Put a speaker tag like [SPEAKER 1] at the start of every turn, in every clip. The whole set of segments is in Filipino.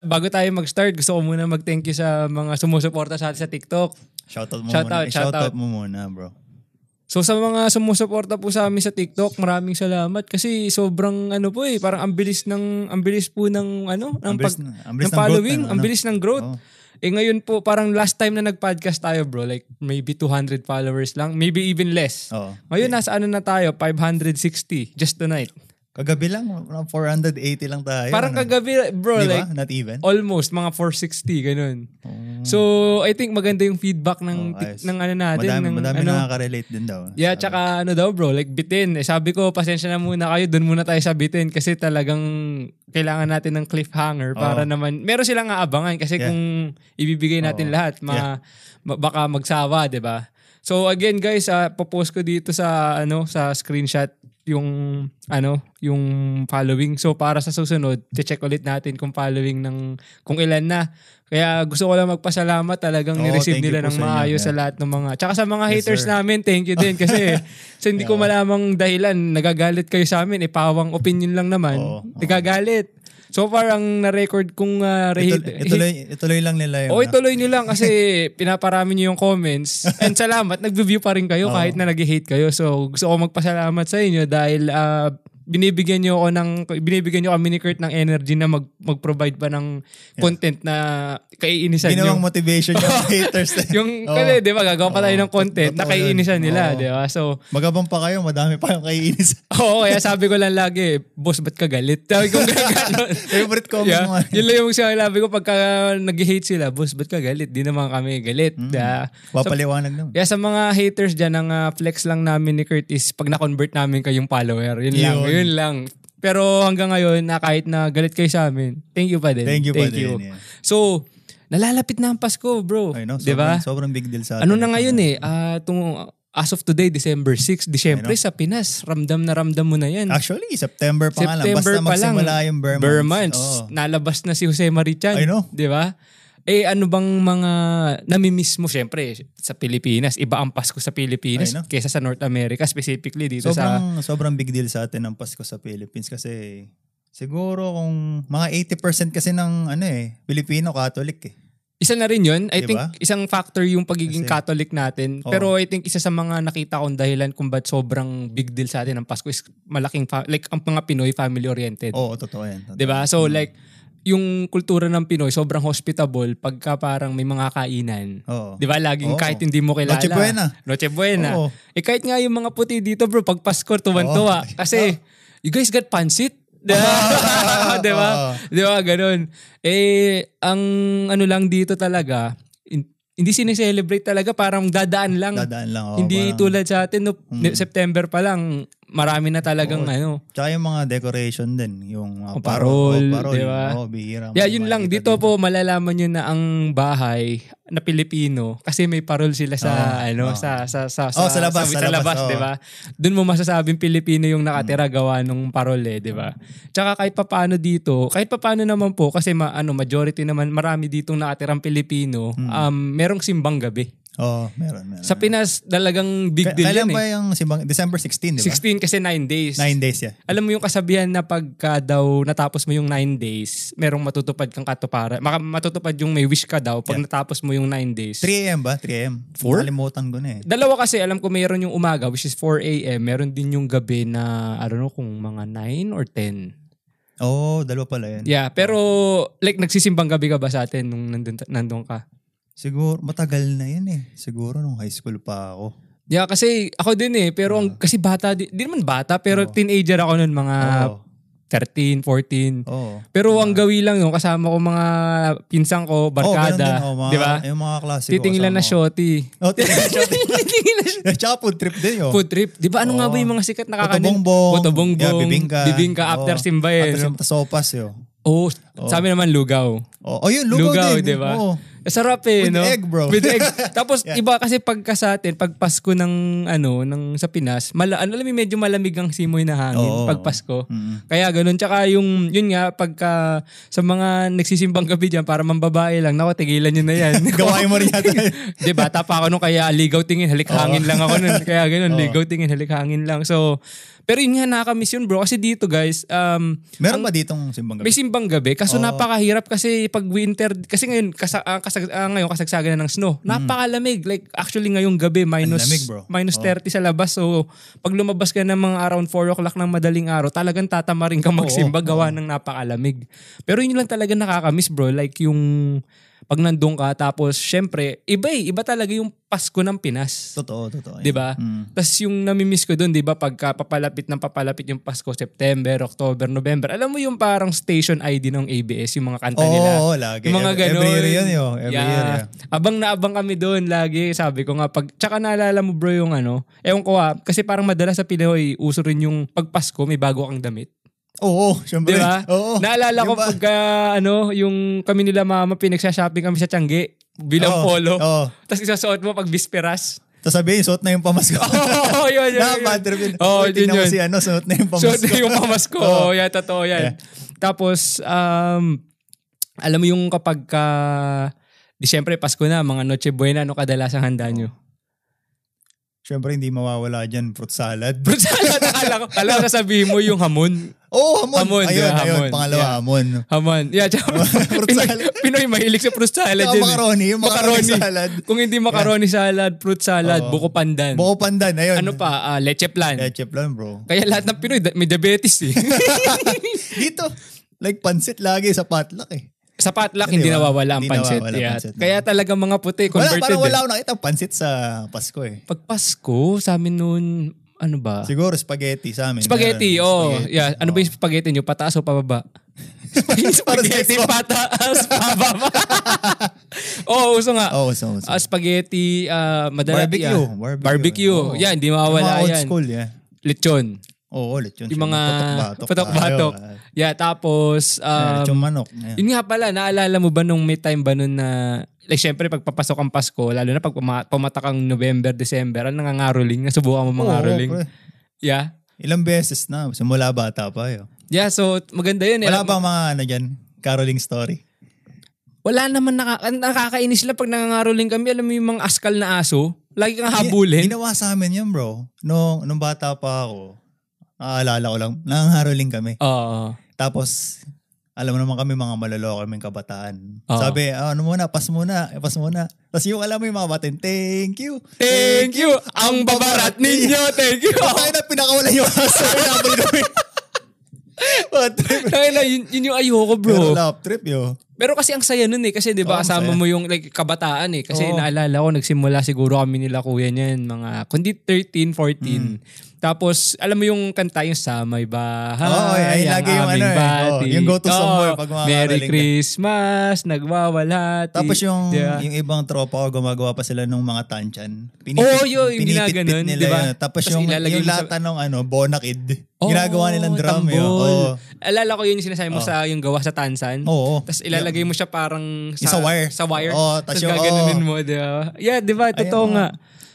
[SPEAKER 1] Bago tayo mag-start, gusto ko muna mag-thank you sa mga sumusuporta sa atin sa TikTok.
[SPEAKER 2] Shoutout mo
[SPEAKER 1] Shoutout,
[SPEAKER 2] muna. Eh,
[SPEAKER 1] shoutout.
[SPEAKER 2] mo muna, bro.
[SPEAKER 1] So sa mga sumusuporta po sa amin sa TikTok, maraming salamat kasi sobrang ano po eh, parang ang bilis ng ang bilis po ng ano, ng
[SPEAKER 2] Ang bilis
[SPEAKER 1] pag
[SPEAKER 2] na- ang
[SPEAKER 1] ng
[SPEAKER 2] bilis ng growth
[SPEAKER 1] following,
[SPEAKER 2] ng
[SPEAKER 1] ang
[SPEAKER 2] ano.
[SPEAKER 1] bilis ng growth.
[SPEAKER 2] Oo.
[SPEAKER 1] Eh ngayon po, parang last time na nag-podcast tayo bro, like maybe 200 followers lang, maybe even less.
[SPEAKER 2] Oo.
[SPEAKER 1] Ngayon nasa ano na tayo, 560 just tonight.
[SPEAKER 2] Kagabi lang, mga 480 lang tayo.
[SPEAKER 1] Parang
[SPEAKER 2] ano?
[SPEAKER 1] kagabi bro,
[SPEAKER 2] Di ba?
[SPEAKER 1] like
[SPEAKER 2] Not even.
[SPEAKER 1] almost mga 460 ganun. So I think maganda yung feedback ng
[SPEAKER 2] Oh,
[SPEAKER 1] tik-
[SPEAKER 2] ayos.
[SPEAKER 1] ng ano natin
[SPEAKER 2] madami,
[SPEAKER 1] ng
[SPEAKER 2] madami
[SPEAKER 1] ano,
[SPEAKER 2] nakaka-relate din daw.
[SPEAKER 1] Yeah, tsaka ano daw bro, like bitin. Eh, sabi ko, pasensya na muna kayo, doon muna tayo sa bitin kasi talagang kailangan natin ng cliffhanger para naman, meron silang aabangan kasi
[SPEAKER 2] Yeah.
[SPEAKER 1] kung ibibigay natin lahat, ma, ma- baka magsawa, 'di ba So again guys, ah, popost ko dito sa ano sa screenshot yung ano yung following. So para sa susunod, check ulit natin kung following ng kung ilan na. Kaya gusto ko lang magpasalamat talagang
[SPEAKER 2] Oo,
[SPEAKER 1] nireceive
[SPEAKER 2] thank you
[SPEAKER 1] nila
[SPEAKER 2] po
[SPEAKER 1] ng
[SPEAKER 2] sa inyo.
[SPEAKER 1] maayos
[SPEAKER 2] Yeah.
[SPEAKER 1] sa lahat ng mga tsaka sa mga
[SPEAKER 2] Yes,
[SPEAKER 1] haters
[SPEAKER 2] sir.
[SPEAKER 1] namin, thank you din kasi sa hindi ko malamang dahilan nagagalit kayo sa amin, eh pawang opinion lang naman.
[SPEAKER 2] Oo, oo.
[SPEAKER 1] Nagagalit. So far ang na-record kong uh,
[SPEAKER 2] Ito,
[SPEAKER 1] rehate-
[SPEAKER 2] ituloy, ituloy lang nila
[SPEAKER 1] Oo,
[SPEAKER 2] yun. ah.
[SPEAKER 1] ituloy nyo lang kasi pinaparami nyo yung comments. And salamat, nagbe-view pa rin kayo kahit na nag-hate kayo. So gusto ko magpasalamat sa inyo dahil ah, binibigyan nyo ako ng, binibigyan nyo kami ni Kurt ng energy na mag, mag-provide pa ng content na kaiinisan nyo.
[SPEAKER 2] Ginawang motivation yung haters.
[SPEAKER 1] Yung,
[SPEAKER 2] Oo.
[SPEAKER 1] kasi di ba, gagawa pa tayo
[SPEAKER 2] Oo,
[SPEAKER 1] ng content na
[SPEAKER 2] totoo yun.
[SPEAKER 1] kaiinisan nila,
[SPEAKER 2] Oo.
[SPEAKER 1] di ba? So,
[SPEAKER 2] Magabang pa kayo, madami pa yung kaiinis.
[SPEAKER 1] oo, kaya sabi ko lang lagi, boss, ba't ka galit? Sabi ko gano'n.
[SPEAKER 2] Favorite comment
[SPEAKER 1] Yeah.
[SPEAKER 2] mo. ah.
[SPEAKER 1] Yun lang yung sinabi ko pagka nag-hate sila, boss, ba't ka galit? Di naman kami galit. Ah,
[SPEAKER 2] Mm. Papaliwanag naman.
[SPEAKER 1] Kaya sa mga haters dyan, ang ah, flex lang namin ni Kurt is pag na-convert namin kayong follower. Yun, lang,
[SPEAKER 2] Yun.
[SPEAKER 1] yun lang. Pero hanggang ngayon, na kahit na galit kayo sa amin, thank you pa din.
[SPEAKER 2] Thank you pa din, yeah.
[SPEAKER 1] So, nalalapit na ang Pasko, bro.
[SPEAKER 2] I know,
[SPEAKER 1] Di ba?
[SPEAKER 2] sobrang, sobrang big deal sa atin.
[SPEAKER 1] Ano na ngayon eh, ah, tung- as of today, December 6, Disyembre sa Pinas, ramdam na ramdam mo na yan.
[SPEAKER 2] Actually, September pa nga Ah, lang.
[SPEAKER 1] September
[SPEAKER 2] Basta
[SPEAKER 1] pa lang,
[SPEAKER 2] magsimula yung Burmans.
[SPEAKER 1] Burr months,
[SPEAKER 2] Oo.
[SPEAKER 1] nalabas na si Jose Marichan.
[SPEAKER 2] I know.
[SPEAKER 1] Di ba? Eh ano bang mga namimiss mo syempre sa Pilipinas? Iba ang Pasko sa Pilipinas
[SPEAKER 2] I know.
[SPEAKER 1] kaysa sa North America specifically dito sa
[SPEAKER 2] Sobrang, sobrang big deal sa atin ang Pasko sa Philippines kasi siguro kung mga 80% kasi ng ano eh, Pilipino Catholic eh.
[SPEAKER 1] Isa na rin 'yun. I
[SPEAKER 2] Di
[SPEAKER 1] think
[SPEAKER 2] ba?
[SPEAKER 1] isang factor yung pagiging
[SPEAKER 2] Kasi-
[SPEAKER 1] Catholic natin.
[SPEAKER 2] Oo.
[SPEAKER 1] Pero I think isa sa mga nakita kong dahilan kung ba't sobrang big deal sa atin ang Pasko is malaking fa- like ang mga Pinoy family oriented.
[SPEAKER 2] Oo, totoo yan. Totoo.
[SPEAKER 1] 'Di ba? So like yung kultura ng Pinoy sobrang hospitable pagka parang may mga kainan.
[SPEAKER 2] Oo.
[SPEAKER 1] Di ba? Laging
[SPEAKER 2] Oo.
[SPEAKER 1] kahit hindi mo kilala.
[SPEAKER 2] Noche Buena.
[SPEAKER 1] Noche Buena.
[SPEAKER 2] Oo.
[SPEAKER 1] Eh kahit nga yung mga puti dito bro, pag Pasko, tuwan-tuwa.
[SPEAKER 2] Oo.
[SPEAKER 1] Kasi, you guys got pancit? Di ba? Di ba? Di ba? Ganun. Eh, ang ano lang dito talaga, in- hindi sineselebrate talaga, parang dadaan lang.
[SPEAKER 2] Dadaan lang. oo,
[SPEAKER 1] hindi
[SPEAKER 2] parang- Mm.
[SPEAKER 1] tulad sa atin, no, September pa lang, marami na talagang ano.
[SPEAKER 2] Tsaka yung mga decoration din. Yung
[SPEAKER 1] Oh,
[SPEAKER 2] mga
[SPEAKER 1] parol,
[SPEAKER 2] Oo,
[SPEAKER 1] di ba?
[SPEAKER 2] Oo, bihira.
[SPEAKER 1] Yeah,
[SPEAKER 2] mo
[SPEAKER 1] yun lang.
[SPEAKER 2] makita
[SPEAKER 1] Dito po malalaman nyo na ang bahay na Pilipino kasi may parol sila sa ano sa sa sa
[SPEAKER 2] Ah, Oh, sa labas, sa labas, oh. Mm.
[SPEAKER 1] 'di ba? Doon mo masasabing Pilipino yung nakatira gawa nung parol eh, 'di ba? Tsaka kahit papaano dito, kahit papaano naman po kasi ma, ano majority naman marami ditong nakatirang Pilipino,
[SPEAKER 2] Mm.
[SPEAKER 1] um merong simbang gabi.
[SPEAKER 2] Oo, meron, meron.
[SPEAKER 1] Sa Pinas talagang big
[SPEAKER 2] Ka-
[SPEAKER 1] deal
[SPEAKER 2] Ah. Kailan
[SPEAKER 1] yan
[SPEAKER 2] pa
[SPEAKER 1] eh.
[SPEAKER 2] yung simbang? December 16, di ba?
[SPEAKER 1] 16 kasi 9 days.
[SPEAKER 2] 9 days, yeah.
[SPEAKER 1] Alam mo yung kasabihan na pagka daw natapos mo yung 9 days, merong matutupad kang katupara. Maka- matutupad yung may wish ka daw pag natapos mo yung 9 days.
[SPEAKER 2] 3 a.m. ba? 3 a.m. 4? Nakalimutan ko na eh.
[SPEAKER 1] Dalawa kasi alam ko mayroon yung umaga which is 4 a.m. Meron din yung gabi na I don't know kung mga 9 or 10.
[SPEAKER 2] Oo, oh, dalawa pala yun.
[SPEAKER 1] Yeah, pero like nagsisimbang gabi ka ba sa atin nung nandun, nandun ka?
[SPEAKER 2] Siguro, matagal na yun eh. Siguro nung high school pa ako.
[SPEAKER 1] Yeah, kasi ako din eh. Pero
[SPEAKER 2] Ah.
[SPEAKER 1] ang, kasi bata, di, di naman bata, pero teenager ako nun mga
[SPEAKER 2] Oo.
[SPEAKER 1] 13, 14.
[SPEAKER 2] Oo.
[SPEAKER 1] Pero ang gawi lang yung kasama ko mga pinsang ko, barkada,
[SPEAKER 2] Oo, ganun Oh, din. Oo, mga-
[SPEAKER 1] di ba?
[SPEAKER 2] Yung mga klase ko.
[SPEAKER 1] Titingilan na
[SPEAKER 2] kasama ko.
[SPEAKER 1] shoti.
[SPEAKER 2] Oo, titingilan Oh, na shot.
[SPEAKER 1] Titingilan na shoti.
[SPEAKER 2] Tsaka food trip din oh. yun.
[SPEAKER 1] Food trip. Di ba ano nga ba yung mga sikat na kakanin?
[SPEAKER 2] Botobongbong.
[SPEAKER 1] Botobongbong,
[SPEAKER 2] Oh. Yeah, bibingka. Oh.
[SPEAKER 1] Bibingka after
[SPEAKER 2] Oo.
[SPEAKER 1] simba eh.
[SPEAKER 2] After simba, sopas yun.
[SPEAKER 1] Oh, sabi naman lugaw.
[SPEAKER 2] Oh, oh yun, lugaw,
[SPEAKER 1] Lugaw, di
[SPEAKER 2] din.
[SPEAKER 1] ba?
[SPEAKER 2] Oo.
[SPEAKER 1] Sarap eh,
[SPEAKER 2] With
[SPEAKER 1] no?
[SPEAKER 2] egg, bro.
[SPEAKER 1] With egg. Tapos
[SPEAKER 2] Yeah.
[SPEAKER 1] iba kasi pagka sa atin, pag Pasko ng ano, ng sa Pinas, mala, ano, alam mo, medyo malamig ang simoy na hangin
[SPEAKER 2] Oo.
[SPEAKER 1] pag Pasko.
[SPEAKER 2] Mm.
[SPEAKER 1] Kaya ganun. Tsaka yung, yun nga, pagka sa mga nagsisimbang gabi dyan, para mambabae lang, nako, tigilan nyo na yan.
[SPEAKER 2] Gawain mo rin yata. yun.
[SPEAKER 1] Di bata pa ako nun, kaya ligaw tingin, halik hangin lang ako nun. Kaya ganun, ligaw tingin, halik hangin lang. So, pero yun nga, nakakamiss yun bro. Kasi dito guys, um,
[SPEAKER 2] Meron ba ditong simbang
[SPEAKER 1] may
[SPEAKER 2] gabi?
[SPEAKER 1] simbang gabi kaso
[SPEAKER 2] Oo.
[SPEAKER 1] napakahirap kasi pag winter kasi ngayon kasa, ah, kasag- ah, ngayon kasagsagan na ng snow. Napakalamig. Like actually ngayong gabi minus
[SPEAKER 2] Mm. Ang lamig, bro.
[SPEAKER 1] minus
[SPEAKER 2] Oo.
[SPEAKER 1] 30 sa labas. So pag lumabas ka ng mga around 4 o'clock ng madaling araw, talagang tatama rin ka magsimba gawa ng napakalamig. Pero yun lang talaga nakakamiss bro. Like yung pag nandun ka tapos syempre iba eh. Iba talaga yung Pasko ng Pinas.
[SPEAKER 2] Totoo, totoo.
[SPEAKER 1] Di ba?
[SPEAKER 2] Mm.
[SPEAKER 1] Tapos yung namimiss ko doon, di ba, pagka papalapit ng papalapit yung Pasko, September, October, November. Alam mo yung parang station ID ng ABS, yung mga kanta
[SPEAKER 2] Oo,
[SPEAKER 1] nila.
[SPEAKER 2] oo, lagi.
[SPEAKER 1] Yung mga
[SPEAKER 2] Every-
[SPEAKER 1] ganun.
[SPEAKER 2] Every year yun, yun. Every year, yeah.
[SPEAKER 1] Abang na abang kami doon lagi. Sabi ko nga, pag, tsaka naalala mo bro yung ano, ewan ko ah, kasi parang madalas sa Pinoy, uso rin yung pagpasko, may bago kang damit.
[SPEAKER 2] Oo, syempre.
[SPEAKER 1] Di ba?
[SPEAKER 2] Oo.
[SPEAKER 1] Naalala ko
[SPEAKER 2] Yung ba-
[SPEAKER 1] pagka ano, yung kami nila mama, pinagsa-shopping kami sa Tiangge, bilang
[SPEAKER 2] Oo,
[SPEAKER 1] polo.
[SPEAKER 2] Oo.
[SPEAKER 1] Tapos isasuot mo pag bisperas.
[SPEAKER 2] Tapos sabihin, suot na yung pamasko.
[SPEAKER 1] Oo, Oh, yun, yun, yun.
[SPEAKER 2] Nakaka-bad trip yun.
[SPEAKER 1] Oo, yun,
[SPEAKER 2] Uy, tingnan mo
[SPEAKER 1] yun.
[SPEAKER 2] si ano, suot na yung
[SPEAKER 1] So,
[SPEAKER 2] pamasko.
[SPEAKER 1] yung pamasko.
[SPEAKER 2] Oo.
[SPEAKER 1] Oo, yan, totoo yan.
[SPEAKER 2] Yeah.
[SPEAKER 1] Tapos, um, alam mo yung kapag ka, di syempre, Pasko na, mga Noche Buena, ano kadalasang handa nyo?
[SPEAKER 2] Syempre, hindi mawawala dyan, fruit salad.
[SPEAKER 1] Bro, sana nakala ko, alam ko sasabihin mo yung hamon.
[SPEAKER 2] Oo, oh, hamon.
[SPEAKER 1] Hamon, di ba?
[SPEAKER 2] ayun, ayun,
[SPEAKER 1] Hamon.
[SPEAKER 2] pangalawa,
[SPEAKER 1] Yeah.
[SPEAKER 2] hamon.
[SPEAKER 1] Hamon. Yeah, tsaka,
[SPEAKER 2] Fruit
[SPEAKER 1] Pinoy,
[SPEAKER 2] salad.
[SPEAKER 1] Pinoy mahilig sa fruit salad.
[SPEAKER 2] Saka
[SPEAKER 1] yun eh.
[SPEAKER 2] macaroni, yung macaroni salad.
[SPEAKER 1] Kung hindi macaroni salad, fruit salad,
[SPEAKER 2] Oo.
[SPEAKER 1] buko pandan.
[SPEAKER 2] Buko pandan, ayun.
[SPEAKER 1] Ano pa? Ah, leche plan.
[SPEAKER 2] Leche plan, bro.
[SPEAKER 1] Kaya lahat ng Pinoy da- may diabetes eh.
[SPEAKER 2] Dito, like pansit lagi sa potluck eh.
[SPEAKER 1] sa potluck,
[SPEAKER 2] Di
[SPEAKER 1] hindi
[SPEAKER 2] ba?
[SPEAKER 1] nawawala ang
[SPEAKER 2] Hindi
[SPEAKER 1] pansit.
[SPEAKER 2] nawawala ang
[SPEAKER 1] Yeah.
[SPEAKER 2] pansit.
[SPEAKER 1] Kaya talaga mga puti,
[SPEAKER 2] Wala,
[SPEAKER 1] converted.
[SPEAKER 2] parang
[SPEAKER 1] eh.
[SPEAKER 2] wala akong nakita pansit sa Pasko eh.
[SPEAKER 1] Pag Pasko, sa amin noon, ano ba?
[SPEAKER 2] Siguro spaghetti sa amin.
[SPEAKER 1] Spaghetti,
[SPEAKER 2] Meron,
[SPEAKER 1] oh.
[SPEAKER 2] spaghetti.
[SPEAKER 1] Yeah. Ano ba yung spaghetti nyo? Pataas o pababa? spaghetti,
[SPEAKER 2] Para sa
[SPEAKER 1] pataas, pababa. Oo, oh, uso nga.
[SPEAKER 2] Oo, oh, so, so.
[SPEAKER 1] Ah, spaghetti, ah, madala.
[SPEAKER 2] Barbecue,
[SPEAKER 1] yeah.
[SPEAKER 2] barbecue.
[SPEAKER 1] Barbecue.
[SPEAKER 2] Oo.
[SPEAKER 1] Yan, hindi
[SPEAKER 2] Yung mga
[SPEAKER 1] mawawala
[SPEAKER 2] old
[SPEAKER 1] yan.
[SPEAKER 2] school, yeah.
[SPEAKER 1] Lechon.
[SPEAKER 2] Oo, ulit yun.
[SPEAKER 1] Yung mga
[SPEAKER 2] Patok-batok.
[SPEAKER 1] patok-batok.
[SPEAKER 2] Ayaw, ah.
[SPEAKER 1] Yeah, tapos...
[SPEAKER 2] Ulit
[SPEAKER 1] Um,
[SPEAKER 2] yung manok. Yeah.
[SPEAKER 1] yun nga pala, naalala mo ba nung may time ba nun na... Like, syempre, pag papasok ang Pasko, lalo na pag puma- pumatak ang November, December, ano nangangaroling? Nasubukan mo
[SPEAKER 2] Oo,
[SPEAKER 1] mangaroling?
[SPEAKER 2] pre.
[SPEAKER 1] yeah.
[SPEAKER 2] Ilang beses na. Simula bata pa. Yo.
[SPEAKER 1] Yeah, so maganda yun. eh.
[SPEAKER 2] Wala bang mga ano dyan? Caroling story?
[SPEAKER 1] Wala naman naka, ang nakakainis lang pag nangangaroling kami. Alam mo yung mga askal na aso, lagi kang habulin.
[SPEAKER 2] Ginawa sa amin yun bro. Nung, nung bata pa ako, naaalala ko lang, nangangaroling kami.
[SPEAKER 1] Oo.
[SPEAKER 2] Tapos, alam mo naman kami mga malaloko kaming kabataan.
[SPEAKER 1] Oo.
[SPEAKER 2] Sabi, "Ah, ano muna, pas muna, eh, pas muna. Tapos yung alam mo yung mga batin, thank you.
[SPEAKER 1] thank you. Ang babarat ninyo. Thank you.
[SPEAKER 2] Kaya na pinakawalan yung aso. Pinabol kami. What?
[SPEAKER 1] Tangin na, yun, yun yung ayoko bro.
[SPEAKER 2] Pero
[SPEAKER 1] Pero,
[SPEAKER 2] lap trip yo.
[SPEAKER 1] kasi ang saya nun eh. Kasi di ba
[SPEAKER 2] Oo,
[SPEAKER 1] kasama
[SPEAKER 2] masaya.
[SPEAKER 1] mo yung like, kabataan eh. Kasi
[SPEAKER 2] Oo.
[SPEAKER 1] naalala ko nagsimula siguro kami nila kuya niyan. Mga kundi 13,
[SPEAKER 2] Mm.
[SPEAKER 1] 14. Tapos alam mo yung kanta yung sa may bahay.
[SPEAKER 2] Oo, ay,
[SPEAKER 1] ang
[SPEAKER 2] lagi yung
[SPEAKER 1] aming
[SPEAKER 2] ano eh. Oo,
[SPEAKER 1] bati.
[SPEAKER 2] yung go-to song mo eh, pag mga
[SPEAKER 1] Merry
[SPEAKER 2] karaling ka.
[SPEAKER 1] Christmas, nagwawalhati.
[SPEAKER 2] Tapos yung
[SPEAKER 1] Di ba?
[SPEAKER 2] yung ibang tropa ko gumagawa pa sila ng mga tansyan.
[SPEAKER 1] Oo, yun, yung ginaganon,
[SPEAKER 2] nila
[SPEAKER 1] di ba?
[SPEAKER 2] yun. Tapos
[SPEAKER 1] Tapos
[SPEAKER 2] yung,
[SPEAKER 1] ilalagay
[SPEAKER 2] yung
[SPEAKER 1] mo sa-
[SPEAKER 2] lata ng ano, bonakid.
[SPEAKER 1] Oo,
[SPEAKER 2] ginagawa nilang drum
[SPEAKER 1] tambol.
[SPEAKER 2] yun. Oo.
[SPEAKER 1] Alala ko yun yung sinasabi mo
[SPEAKER 2] Oo.
[SPEAKER 1] sa yung gawa sa tansan.
[SPEAKER 2] Oo.
[SPEAKER 1] Tapos ilalagay mo siya parang
[SPEAKER 2] Yung sa wire.
[SPEAKER 1] Sa wire.
[SPEAKER 2] Oo, tas
[SPEAKER 1] tapos
[SPEAKER 2] yung-
[SPEAKER 1] gaganunin mo, di ba? Yeah, di ba?
[SPEAKER 2] Ayun,
[SPEAKER 1] Totoo
[SPEAKER 2] oo.
[SPEAKER 1] nga.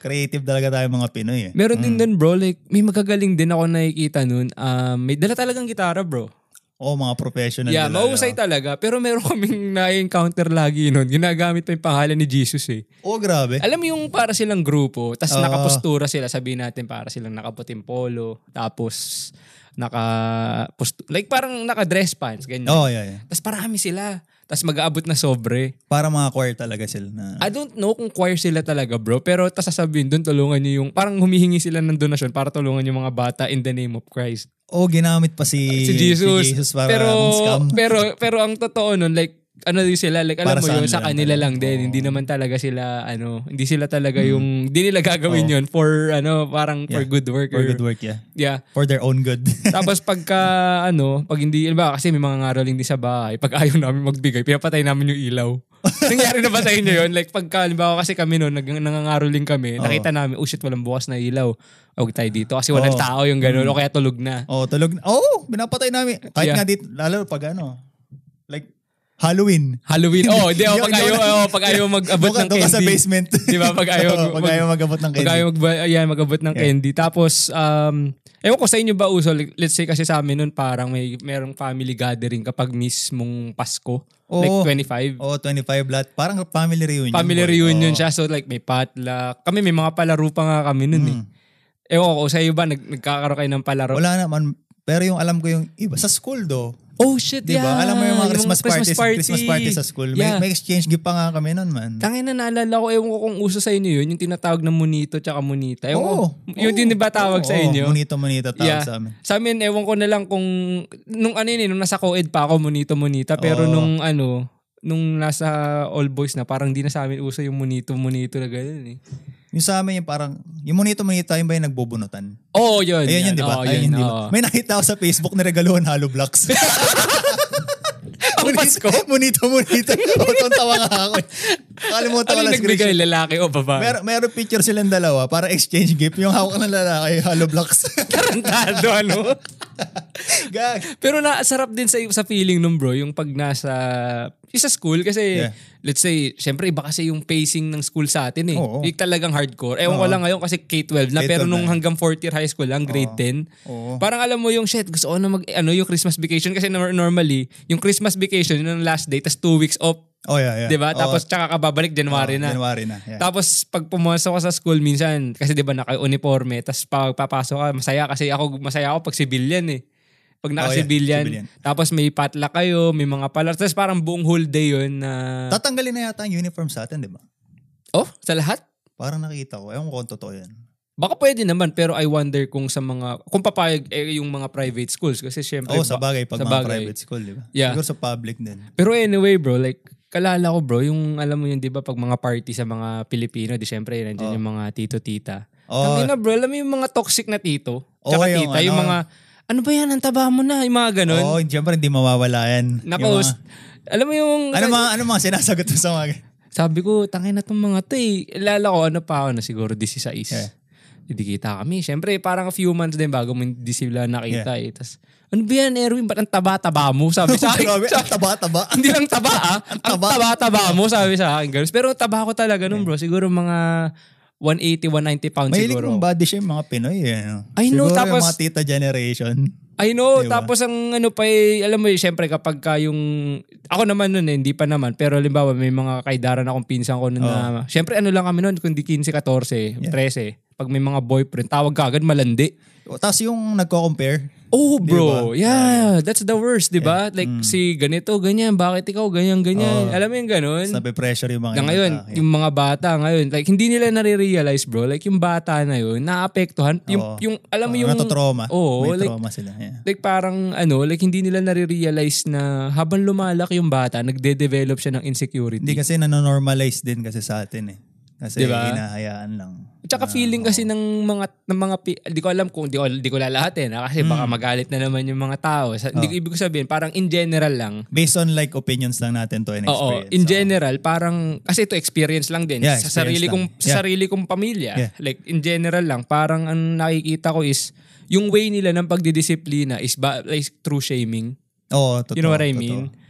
[SPEAKER 2] Creative talaga tayo mga Pinoy eh.
[SPEAKER 1] Meron din dun bro, like may magagaling din ako nakikita nun. Um, may dala talagang gitara bro.
[SPEAKER 2] Oo, mga professional.
[SPEAKER 1] Yeah,
[SPEAKER 2] talaga.
[SPEAKER 1] mausay talaga. Pero meron kaming na-encounter lagi nun. Ginagamit pa yung pangalan ni Jesus eh.
[SPEAKER 2] Oo, grabe.
[SPEAKER 1] Alam mo yung para silang grupo, tapos
[SPEAKER 2] Oo.
[SPEAKER 1] nakapostura sila, sabihin natin para silang nakaputing polo, tapos naka like parang naka-dress pants, ganyan.
[SPEAKER 2] Oo, oh, yeah, yeah.
[SPEAKER 1] Tapos parami sila. Tapos mag-aabot na sobre.
[SPEAKER 2] Para mga choir talaga sila na.
[SPEAKER 1] I don't know kung choir sila talaga bro, pero tas sasabihin doon tulungan niyo yung, parang humihingi sila ng donasyon para tulungan yung mga bata in the name of Christ.
[SPEAKER 2] Oo, ginamit pa si,
[SPEAKER 1] Si Jesus.
[SPEAKER 2] para
[SPEAKER 1] pero,
[SPEAKER 2] mong scam.
[SPEAKER 1] pero, pero ang totoo nun, like, ano din sila, like alam
[SPEAKER 2] Para
[SPEAKER 1] mo
[SPEAKER 2] sa
[SPEAKER 1] yun,
[SPEAKER 2] ano
[SPEAKER 1] sa
[SPEAKER 2] lang
[SPEAKER 1] kanila
[SPEAKER 2] talaga.
[SPEAKER 1] lang din. Hindi naman talaga sila, ano, hindi sila talaga yung, hindi nila gagawin yun for, ano, parang for
[SPEAKER 2] Hmm. Yeah.
[SPEAKER 1] good work.
[SPEAKER 2] For
[SPEAKER 1] or-
[SPEAKER 2] good work, yeah.
[SPEAKER 1] Yeah.
[SPEAKER 2] For their own good.
[SPEAKER 1] Tapos pagka, ano, pag hindi, ba, kasi may mga ngaraling din sa bahay, pag ayaw namin magbigay, pinapatay namin yung ilaw. Nangyari na ba sa inyo yun? Like pagka, halimbawa kasi kami noon, nag- nangangaroling kami, nakita namin, oh shit, walang bukas na ilaw. Ah, Huwag tayo dito kasi walang
[SPEAKER 2] Oo.
[SPEAKER 1] tao yung gano'n, o kaya tulog na.
[SPEAKER 2] oh, tulog. na- Oo, oh, binapatay namin. Kahit
[SPEAKER 1] Yeah.
[SPEAKER 2] nga dito, lalo pag ano, like, Halloween.
[SPEAKER 1] Halloween. Oh, di oh,
[SPEAKER 2] Yung-
[SPEAKER 1] pag ayaw, oh, pag ayaw mag-abot
[SPEAKER 2] Doon ka-
[SPEAKER 1] ng
[SPEAKER 2] doon
[SPEAKER 1] candy.
[SPEAKER 2] ka sa basement.
[SPEAKER 1] Di ba? Pag ayaw-
[SPEAKER 2] Oo, pag
[SPEAKER 1] pag-
[SPEAKER 2] ayaw magabot ng
[SPEAKER 1] Pag
[SPEAKER 2] candy.
[SPEAKER 1] ayaw mag- ayan, mag-abot ng
[SPEAKER 2] Yeah.
[SPEAKER 1] candy. Tapos, um, ewan ko sa inyo ba uso, Like, let's say kasi sa amin nun parang may merong family gathering kapag mismong Pasko.
[SPEAKER 2] Oo. Oh,
[SPEAKER 1] Like 25.
[SPEAKER 2] Oo, 25 lahat. Parang family reunion.
[SPEAKER 1] Family
[SPEAKER 2] boy.
[SPEAKER 1] reunion
[SPEAKER 2] Oo.
[SPEAKER 1] siya. So like may potluck. Kami may mga palaro pa nga kami nun eh. Ewan ko, sa iyo ba nag- nagkakaroon kayo ng palaro?
[SPEAKER 2] Hmm. Wala naman. Pero yung alam ko yung iba sa school do.
[SPEAKER 1] Oh shit,
[SPEAKER 2] Di
[SPEAKER 1] yeah.
[SPEAKER 2] ba? Diba? Alam mo yung mga Christmas, parties,
[SPEAKER 1] party.
[SPEAKER 2] Christmas parties sa school.
[SPEAKER 1] Yeah.
[SPEAKER 2] May, may exchange gift pa nga kami nun, man.
[SPEAKER 1] Tangina na naalala ko, ewan ko kung uso sa inyo yun, yung tinatawag na monito tsaka monita. Ewan
[SPEAKER 2] Oo.
[SPEAKER 1] ko, yun din ba tawag
[SPEAKER 2] Oo,
[SPEAKER 1] sa inyo?
[SPEAKER 2] Monito, monito tawag
[SPEAKER 1] Yeah.
[SPEAKER 2] sa amin.
[SPEAKER 1] Sa amin, ewan ko na lang kung, nung ano yun eh, nung nasa co-ed pa ako, monito, monita. Pero
[SPEAKER 2] Oo.
[SPEAKER 1] nung ano, nung nasa all boys na, parang di na sa amin uso yung monito, monito na ganun eh.
[SPEAKER 2] Yung sa amin yung parang, yung monito, monito, yun ba yung nagbubunutan?
[SPEAKER 1] Oo, oh, yun.
[SPEAKER 2] Ayun yun, di
[SPEAKER 1] Oo,
[SPEAKER 2] ba? Ayun yun, di
[SPEAKER 1] oo.
[SPEAKER 2] ba? May nakita ako sa Facebook na regaluhan hollow blocks.
[SPEAKER 1] Ang Pasko?
[SPEAKER 2] monito, monito. Oo, tong tawa nga ako. Kalimutan ko
[SPEAKER 1] Ano
[SPEAKER 2] lang
[SPEAKER 1] yung
[SPEAKER 2] screenshot.
[SPEAKER 1] nagbigay, lalaki o babae?
[SPEAKER 2] Mer meron picture silang dalawa para exchange gift. Yung hawak ng lalaki, hollow blocks.
[SPEAKER 1] Tarantado, ano?
[SPEAKER 2] Gag.
[SPEAKER 1] Pero nasarap din sa, sa feeling nung bro, yung pag nasa, yung sa school kasi,
[SPEAKER 2] Yeah.
[SPEAKER 1] let's say, syempre iba kasi yung pacing ng school sa atin eh.
[SPEAKER 2] Oo.
[SPEAKER 1] Yung talagang hardcore. Ewan ko
[SPEAKER 2] Oo.
[SPEAKER 1] lang ngayon kasi K-12 na,
[SPEAKER 2] K-12
[SPEAKER 1] pero nung
[SPEAKER 2] na.
[SPEAKER 1] hanggang 4th year high school lang, grade 10.
[SPEAKER 2] Oo. Oo.
[SPEAKER 1] Parang alam mo yung shit, gusto ko na mag, ano, yung Christmas vacation. Kasi nor- normally, yung Christmas vacation, yun ang last day, tas two weeks off,
[SPEAKER 2] Oh, yeah, yeah.
[SPEAKER 1] di ba?
[SPEAKER 2] Oo.
[SPEAKER 1] Tapos tsaka ka babalik, January
[SPEAKER 2] Oo,
[SPEAKER 1] na.
[SPEAKER 2] January na. Yeah.
[SPEAKER 1] Tapos pag pumasok ka sa school minsan, kasi 'di ba naka-uniforme, tapos pag papasok ka, masaya kasi ako masaya ako pag civilian eh. Pag naka-civilian,
[SPEAKER 2] Oh, yeah, civilian.
[SPEAKER 1] tapos may patla kayo, may mga palar. Tapos parang buong whole day yun na...
[SPEAKER 2] Tatanggalin na yata yung uniform sa atin, di ba?
[SPEAKER 1] oh, sa lahat?
[SPEAKER 2] Parang nakita ko. Ewan ko kung totoo yan.
[SPEAKER 1] Baka pwede naman, pero I wonder kung sa mga... Kung papayag eh, yung mga private schools. Kasi syempre...
[SPEAKER 2] Oo, sa
[SPEAKER 1] ba-
[SPEAKER 2] bagay. Oh, Pag
[SPEAKER 1] sa
[SPEAKER 2] mga
[SPEAKER 1] bagay.
[SPEAKER 2] private school, di ba?
[SPEAKER 1] Yeah.
[SPEAKER 2] Siguro sa public din.
[SPEAKER 1] Pero anyway bro, like, kalala ko bro, yung alam mo yun, di ba, pag mga party sa mga Pilipino, di syempre, nandiyan yung mga tito-tita.
[SPEAKER 2] Oh,
[SPEAKER 1] Tangina bro, alam mo yung mga toxic na tito, tsaka
[SPEAKER 2] Oo, yung
[SPEAKER 1] tita, yung
[SPEAKER 2] ano.
[SPEAKER 1] mga, ano ba yan, ang taba mo na, yung mga ganun.
[SPEAKER 2] oh, siyempre hindi mawawala yan.
[SPEAKER 1] Napost.
[SPEAKER 2] Yung
[SPEAKER 1] Alam mo yung,
[SPEAKER 2] Mga, ano mga, ano mga sinasagot mo sa mga...
[SPEAKER 1] sabi ko, tangin na tong mga to eh. Lala ko, ano pa ako na siguro 16.
[SPEAKER 2] Yeah.
[SPEAKER 1] Hindi kita kami. Siyempre, parang a few months din bago mo hindi sila nakita eh. Tas, ano ba yan, Erwin? Ba't ang taba-taba mo? Sabi sa akin.
[SPEAKER 2] Grabe, ang
[SPEAKER 1] Sa-
[SPEAKER 2] taba-taba.
[SPEAKER 1] hindi lang taba ah. ang
[SPEAKER 2] taba.
[SPEAKER 1] taba-taba mo, sabi sa akin. Girls. Pero taba ko talaga nun bro. Siguro mga 180, 190 pounds
[SPEAKER 2] Mahilig
[SPEAKER 1] siguro.
[SPEAKER 2] mong body shame mga Pinoy. Eh, no?
[SPEAKER 1] I know,
[SPEAKER 2] Siguro
[SPEAKER 1] tapos-
[SPEAKER 2] yung mga tita generation.
[SPEAKER 1] I know,
[SPEAKER 2] Diba?
[SPEAKER 1] tapos ang ano pa eh, alam mo eh, syempre kapag ka yung, ako naman nun eh, hindi pa naman, pero halimbawa may mga kaidaran akong pinsan ko nun na, syempre ano lang kami nun, kundi 15, 14, 13, pag may mga boyfriend, tawag ka agad malandi.
[SPEAKER 2] O, Tapos yung nagko-compare.
[SPEAKER 1] Oh bro, yeah, Mm. that's the worst, di ba? Like si ganito, ganyan, bakit ikaw, ganyan, ganyan. Alam mo yung ganun?
[SPEAKER 2] Tapos nape-pressure yung mga
[SPEAKER 1] Na ngayon,
[SPEAKER 2] bata.
[SPEAKER 1] yung mga bata ngayon, like hindi nila nare-realize bro, like yung bata na yun, naapektuhan, yung,
[SPEAKER 2] Oo.
[SPEAKER 1] yung alam mo
[SPEAKER 2] Parang
[SPEAKER 1] yung...
[SPEAKER 2] natotrauma.
[SPEAKER 1] Oo,
[SPEAKER 2] May
[SPEAKER 1] like,
[SPEAKER 2] trauma sila. Yeah.
[SPEAKER 1] like parang ano, like hindi nila nare-realize na habang lumalaki yung bata, nagde-develop siya ng
[SPEAKER 2] Hindi
[SPEAKER 1] insecurity.
[SPEAKER 2] kasi nanonormalize din kasi sa atin eh. Kasi
[SPEAKER 1] Diba?
[SPEAKER 2] hinahayaan lang. Ah,
[SPEAKER 1] Tsaka feeling kasi ng mga ng mga pi- di ko alam kung di ko di ko lalahatin ha, kasi
[SPEAKER 2] Hmm.
[SPEAKER 1] baka magalit na naman yung mga tao. Sa,
[SPEAKER 2] Ah.
[SPEAKER 1] Hindi ko ibig ko sabihin parang in general lang.
[SPEAKER 2] Based on like opinions lang natin to and
[SPEAKER 1] Oo,
[SPEAKER 2] experience.
[SPEAKER 1] in general parang kasi ito experience lang din
[SPEAKER 2] Yeah,
[SPEAKER 1] sa sarili
[SPEAKER 2] experience
[SPEAKER 1] kong
[SPEAKER 2] lang.
[SPEAKER 1] sa
[SPEAKER 2] Yeah.
[SPEAKER 1] sarili kong pamilya.
[SPEAKER 2] Yeah.
[SPEAKER 1] Like in general lang parang ang nakikita ko is yung way nila ng pagdidisiplina is ba, like, through shaming.
[SPEAKER 2] Oo, totoo.
[SPEAKER 1] you know what I
[SPEAKER 2] totoo.
[SPEAKER 1] mean?